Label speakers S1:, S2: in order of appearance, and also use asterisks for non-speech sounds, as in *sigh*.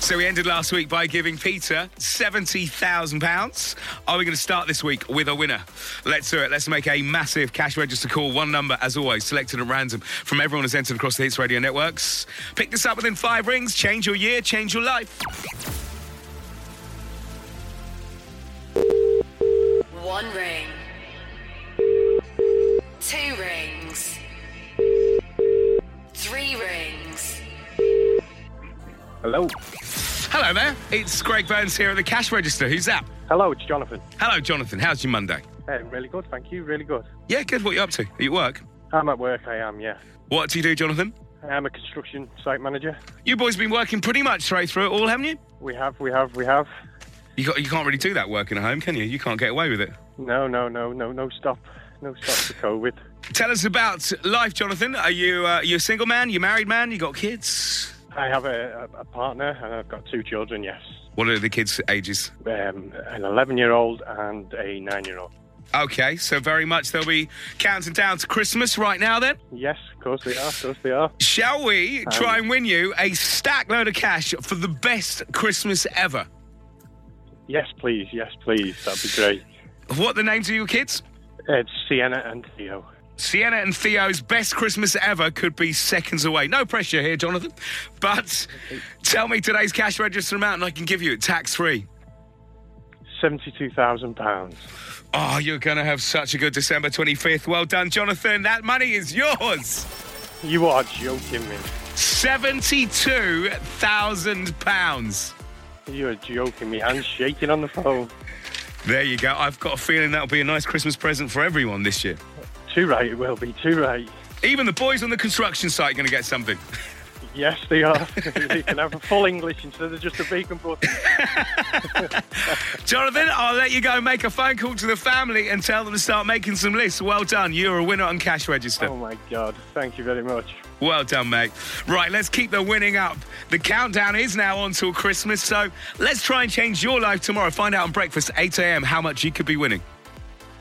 S1: So we ended last week by giving Peter £70,000. Are we going to start this week with a winner? Let's do it. Let's make a massive cash register call. One number, as always, selected at random from everyone who's entered across the Hits Radio networks. Pick this up within five rings. Change your year, change your life.
S2: One ring. Two rings. Three rings.
S3: Hello.
S1: Hello there. It's Greg Burns here at the cash register. Who's that?
S3: Hello, it's Jonathan.
S1: Hello, Jonathan. How's your Monday?
S3: Hey, really good, thank you. Really good.
S1: Yeah, good. What are you up to? Are you at work?
S3: I'm at work, I am, yeah.
S1: What do you do, Jonathan?
S3: I'm a construction site manager.
S1: You boys have been working pretty much straight through it all, haven't you?
S3: We have, we have, we have.
S1: You, got, you can't really do that working at home, can you? You can't get away with it.
S3: No, no, no, no, no stop. No stop to COVID.
S1: Tell us about life, Jonathan. Are you uh, you a single man? You married man? You got kids?
S3: I have a, a a partner and I've got two children, yes.
S1: What are the kids' ages?
S3: Um, an 11 year old and a 9 year old.
S1: Okay, so very much they'll be counting down to Christmas right now. Then
S3: Yes, of course they are, of course they are.
S1: shall we try and win you a stack load of cash for the best Christmas ever?
S3: Yes, please, yes, please. That'd be great.
S1: What the names of your kids?
S3: It's Sienna and Theo.
S1: Sienna and Theo's best Christmas ever could be seconds away. No pressure here, Jonathan. But tell me today's cash register amount and I can give you it tax free.
S3: £72,000.
S1: Oh, you're going to have such a good December 25th. Well done, Jonathan. That money is yours.
S3: You are joking me.
S1: £72,000.
S3: You are joking me. I'm shaking on the phone.
S1: There you go. I've got a feeling that'll be a nice Christmas present for everyone this year.
S3: Too right, it will be. Too right.
S1: Even the boys on the construction site are going to get something. *laughs*
S3: Yes, they are. *laughs* they can have a full English instead of just a bacon button.
S1: Jonathan, I'll let you go make a phone call to the family and tell them to start making some lists. Well done. You're a winner on Cash Register.
S3: Oh my God! Thank you very much.
S1: Well done, mate. Right, let's keep the winning up. The countdown is now on till Christmas, so let's try and change your life tomorrow. Find out on breakfast, 8 a.m., how much you could be winning.